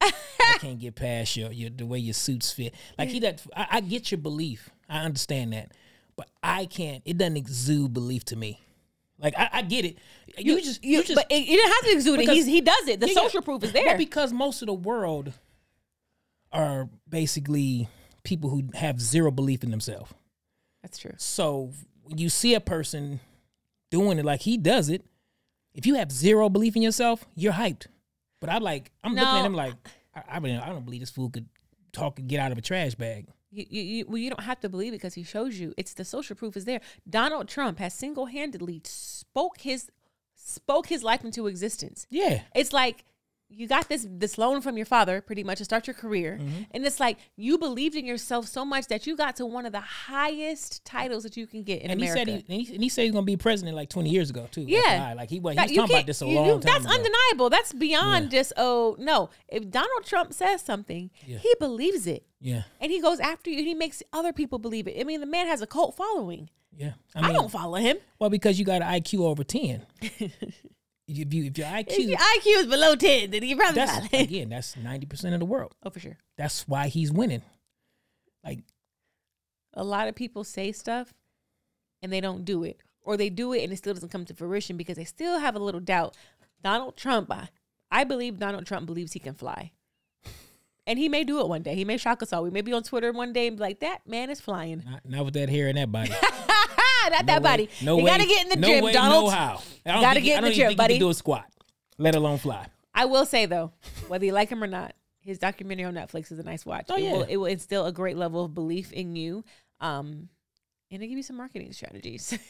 Speaker 1: I can't get past your, your the way your suits fit. Like he that I, I get your belief. I understand that. But I can't it doesn't exude belief to me. Like I, I get it. You, just you, just
Speaker 2: but it, you didn't have to exude it.
Speaker 1: Because-
Speaker 2: He's, he does it. The
Speaker 1: Yeah, yeah.
Speaker 2: social proof is
Speaker 1: Well,
Speaker 2: there.
Speaker 1: because most of the world are basically people who have zero belief in themselves.
Speaker 2: That's true.
Speaker 1: So when you see a person doing it like he does it, if you have zero belief in yourself, you're hyped. But I'm like, I'm looking at
Speaker 2: No.
Speaker 1: him like, I, I, mean, I don't believe this fool could talk and get out of a trash bag.
Speaker 2: You, you, you, well, you don't have to believe it because he shows you. It's the social proof is there. Donald Trump has single handedly spoke his spoke his life into existence.
Speaker 1: Yeah.
Speaker 2: It's like you got this this loan from your father, pretty much, to start your career,
Speaker 1: Mm-hmm.
Speaker 2: and it's like you believed in yourself so much that you got to one of the highest titles that you can get in
Speaker 1: And
Speaker 2: America.
Speaker 1: he said he, and he and he said he's gonna be president like 20 years ago too.
Speaker 2: Yeah.
Speaker 1: FYI. like he was, he
Speaker 2: That-
Speaker 1: was
Speaker 2: you
Speaker 1: talking about
Speaker 2: can't-
Speaker 1: this a
Speaker 2: you-
Speaker 1: long
Speaker 2: you-
Speaker 1: time
Speaker 2: That's
Speaker 1: ago.
Speaker 2: undeniable. That's beyond just oh no. If Donald Trump says something, he believes it.
Speaker 1: yeah,
Speaker 2: and he goes after you and he makes other people believe it. I mean, the man has a cult following.
Speaker 1: yeah.
Speaker 2: I, don't follow him.
Speaker 1: Well, because you got an IQ over ten. if you if your IQ,
Speaker 2: If your IQ is below 10, then he probably follow
Speaker 1: that's
Speaker 2: him.
Speaker 1: again that's ninety percent of the world.
Speaker 2: Oh, for sure.
Speaker 1: That's why he's winning. Like
Speaker 2: A lot of people say stuff and they don't do it, or they do it and it still doesn't come to fruition because they still have a little doubt. Donald Trump, I, I believe Donald Trump believes he can fly. And he may do it one day. He may shock us all. We may be on Twitter one day and be like, that man is flying.
Speaker 1: Not, not with that hair and that body.
Speaker 2: Not that body. you gotta get in the
Speaker 1: no
Speaker 2: gym,
Speaker 1: way,
Speaker 2: Donald.
Speaker 1: No how. I don't
Speaker 2: Gotta
Speaker 1: think he-
Speaker 2: get
Speaker 1: I don't
Speaker 2: in the
Speaker 1: even
Speaker 2: gym,
Speaker 1: think
Speaker 2: buddy.
Speaker 1: He can do a squat, let alone fly.
Speaker 2: I will say though, whether you like him or not, his documentary on Netflix is a nice watch.
Speaker 1: Oh,
Speaker 2: it,
Speaker 1: yeah.
Speaker 2: will, it will instill a great level of belief in you. Um, and it give you some marketing strategies.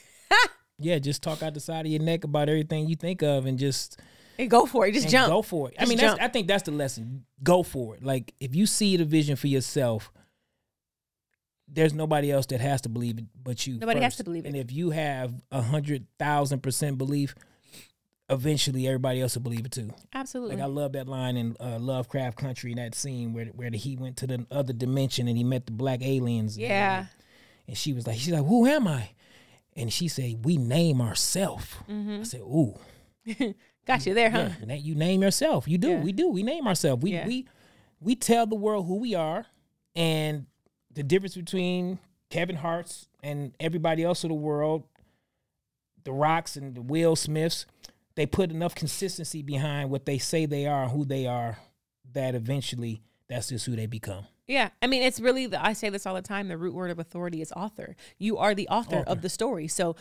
Speaker 1: Yeah, just talk out the side of your neck about everything you think of, and just
Speaker 2: and go for it. Just
Speaker 1: and
Speaker 2: jump.
Speaker 1: go for it. I
Speaker 2: Just
Speaker 1: mean, that's,
Speaker 2: jump.
Speaker 1: I think that's the lesson. Go for it. Like if you see the vision for yourself, there's nobody else that has to believe it but you.
Speaker 2: Nobody has
Speaker 1: first.
Speaker 2: to believe it.
Speaker 1: And if you have a hundred thousand percent belief, eventually everybody else will believe it too.
Speaker 2: Absolutely.
Speaker 1: Like I love that line in uh, Lovecraft Country, that scene where where he went to the other dimension and he met the black aliens. and-
Speaker 2: yeah.
Speaker 1: and she was like, she's like, who am I? And she said, we name ourselves. I said, ooh,
Speaker 2: Mm-hmm. Got you there, huh?
Speaker 1: yeah, na- you name yourself. You do.
Speaker 2: Yeah.
Speaker 1: We do. We name ourselves. We
Speaker 2: Yeah.
Speaker 1: we we tell the world who we are, and the difference between Kevin Hart's and everybody else in the world, the Rocks and the Will Smiths, they put enough consistency behind what they say they are and who they are that eventually that's just who they become.
Speaker 2: Yeah. I mean, it's really, the, I say this all the time the root word of authority is author. You are the author, of the story. So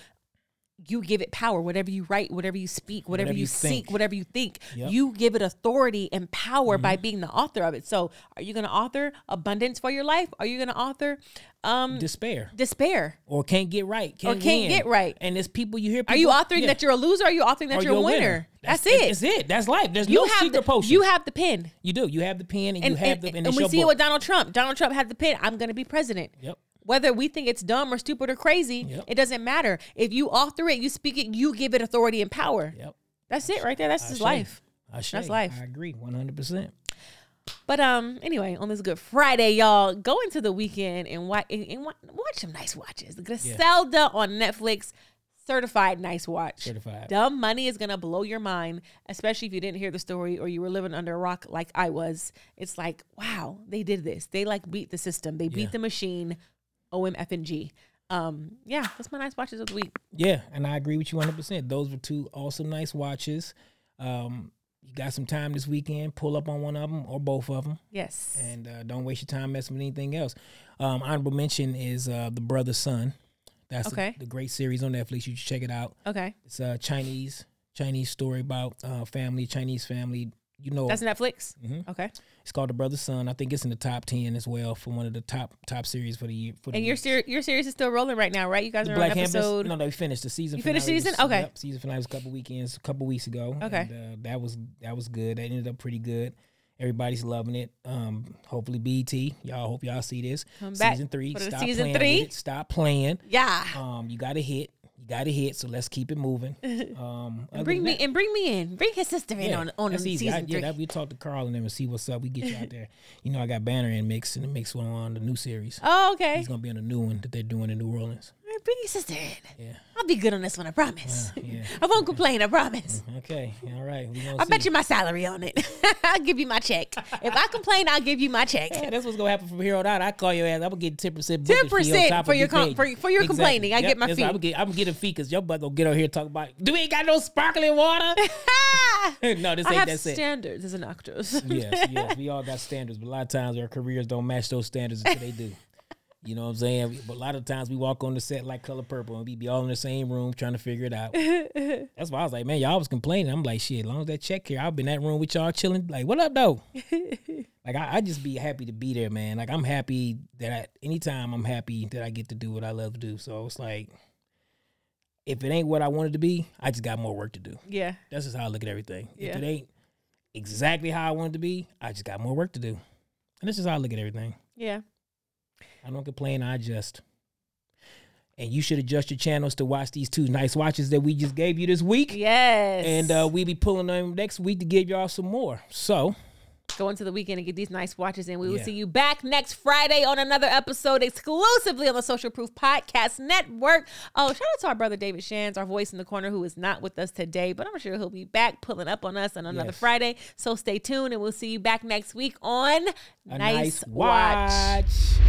Speaker 2: you give it power, whatever you write, whatever you speak, whatever,
Speaker 1: Whatever
Speaker 2: you,
Speaker 1: you
Speaker 2: seek,
Speaker 1: think.
Speaker 2: whatever you think,
Speaker 1: Yep. Mm-hmm.
Speaker 2: you give it authority and power by being the author of it. So are you going to author abundance for your life? Are you going to author um,
Speaker 1: Despair
Speaker 2: despair?
Speaker 1: or can't get right, can't
Speaker 2: can't
Speaker 1: win.
Speaker 2: get right.
Speaker 1: and it's people you hear. People,
Speaker 2: Are you authoring
Speaker 1: yeah.
Speaker 2: that you're a loser? Or are you authoring that
Speaker 1: or
Speaker 2: you're a winner? That's, it.
Speaker 1: That's it. That's life. There's
Speaker 2: You
Speaker 1: no
Speaker 2: have
Speaker 1: secret
Speaker 2: the,
Speaker 1: potion.
Speaker 2: you have the pen.
Speaker 1: You do. You have the pen and,
Speaker 2: and,
Speaker 1: you have
Speaker 2: and,
Speaker 1: the and,
Speaker 2: and
Speaker 1: it's
Speaker 2: we
Speaker 1: your
Speaker 2: see it
Speaker 1: book.
Speaker 2: with Donald Trump. Donald Trump had the pin. I'm going to be president.
Speaker 1: Yep.
Speaker 2: Whether we think it's dumb or stupid or crazy,
Speaker 1: Yep.
Speaker 2: it doesn't matter. If you author it, you speak it, you give it authority and power.
Speaker 1: Yep.
Speaker 2: That's it right there. That's his life.
Speaker 1: I
Speaker 2: That's life.
Speaker 1: I agree, one hundred percent.
Speaker 2: But um, anyway, on this Good Friday, y'all go into the weekend and watch and, and wa- watch some nice watches. Griselda on Netflix, certified nice watch.
Speaker 1: Certified.
Speaker 2: Dumb money is gonna blow your mind, especially if you didn't hear the story or you were living under a rock like I was. It's like, wow, they did this. They like beat the system. They beat
Speaker 1: Yeah.
Speaker 2: the machine. OMF and G. Um, yeah, that's my nice watches of the week.
Speaker 1: Yeah, and I agree with you one hundred percent. Those were two awesome, nice watches. Um, you got some time this weekend? Pull up on one of them or both of them,
Speaker 2: Yes.
Speaker 1: and uh, don't waste your time messing with anything else. Um, honorable mention is uh, the Brother Son. That's the-
Speaker 2: Okay.
Speaker 1: the great series on Netflix. You should check it out.
Speaker 2: okay.
Speaker 1: It's a Chinese Chinese story about uh, family, Chinese family. You know,
Speaker 2: That's Netflix.
Speaker 1: Mhm.
Speaker 2: Okay.
Speaker 1: It's called The Brother Son. I think it's in the top ten as well for one of the top top series for the year. For the
Speaker 2: And your
Speaker 1: year.
Speaker 2: ser- your series is still rolling right now, right? You guys
Speaker 1: The
Speaker 2: are
Speaker 1: Mm-hmm. Black
Speaker 2: on
Speaker 1: Hamptons?
Speaker 2: episode.
Speaker 1: No, no, we finished the season.
Speaker 2: You finished
Speaker 1: finale
Speaker 2: season?
Speaker 1: was-
Speaker 2: Okay.
Speaker 1: yep, season finale was a couple weekends, a couple weeks ago.
Speaker 2: Okay.
Speaker 1: and, uh, that was that was good. That ended up pretty good. Everybody's loving it. Um, hopefully BT, y'all hope y'all see this.
Speaker 2: Come back
Speaker 1: season three.
Speaker 2: for the
Speaker 1: Stop
Speaker 2: season
Speaker 1: playing with
Speaker 2: three.
Speaker 1: it. Stop playing.
Speaker 2: Yeah.
Speaker 1: Um, you got to hit. You got to hit. So let's keep it moving. Um, other
Speaker 2: Bring
Speaker 1: than
Speaker 2: me
Speaker 1: that-
Speaker 2: and bring me in. Bring his sister in on on
Speaker 1: that's easy.
Speaker 2: season
Speaker 1: I,
Speaker 2: three.
Speaker 1: Yeah, that, we talk to Carl and them and see what's up. We get you out there. You know, I got Banner and Mix, and the Mix one on the new series.
Speaker 2: oh, okay.
Speaker 1: He's gonna be on the new one that they're doing in New Orleans.
Speaker 2: All right, bring your sister in.
Speaker 1: Yeah.
Speaker 2: I'll be good on this one. I promise.
Speaker 1: Uh, yeah.
Speaker 2: I won't complain. I promise.
Speaker 1: Okay. All right. We gonna
Speaker 2: I
Speaker 1: see.
Speaker 2: bet you my salary on it. I'll give you my check. If I complain, I'll give you my check.
Speaker 1: Yeah, that's what's gonna happen from here on out. I call your ass. I'm gonna get ten percent.
Speaker 2: 10% for your com- for- for your complaining. I get my fee.
Speaker 1: I'm gonna get, I'm gonna get a fee because your butt gonna get over here talking about. Do we ain't got no sparkling water? no, this ain't
Speaker 2: I have
Speaker 1: that's it. Mm-hmm.
Speaker 2: standards as an actress.
Speaker 1: yes, yes. We all got standards, but a lot of times our careers don't match those standards until they do. You know what I'm saying? But a lot of times we walk on the set like color purple and we be all in the same room trying to figure it out. That's why I was like, man, y'all was complaining. I'm like, shit, as long as that check here, I'll be in that room with y'all chilling. Like, what up though? like I, I just be happy to be there, man. Like I'm happy that I anytime I'm happy that I get to do what I love to do. So it's like if it ain't what I wanted to be, I just got more work to do.
Speaker 2: Yeah.
Speaker 1: That's just how I look at everything.
Speaker 2: Yeah.
Speaker 1: If it ain't exactly how I want it to be, I just got more work to do. And this is how I look at everything.
Speaker 2: Yeah.
Speaker 1: I don't complain, I adjust. And you should adjust your channels to watch these two nice watches that we just gave you this week.
Speaker 2: Yes.
Speaker 1: And uh, we be pulling them next week to give y'all some more. So
Speaker 2: go into the weekend and get these nice watches in. We will
Speaker 1: Yeah.
Speaker 2: see you back next Friday on another episode exclusively on the Social Proof Podcast Network. Oh, shout out to our brother David Shans, our voice in the corner, who is not with us today, but I'm sure he'll be back pulling up on us on another
Speaker 1: Yes.
Speaker 2: Friday. So stay tuned and we'll see you back next week on
Speaker 1: a
Speaker 2: Nice Watch.
Speaker 1: watch.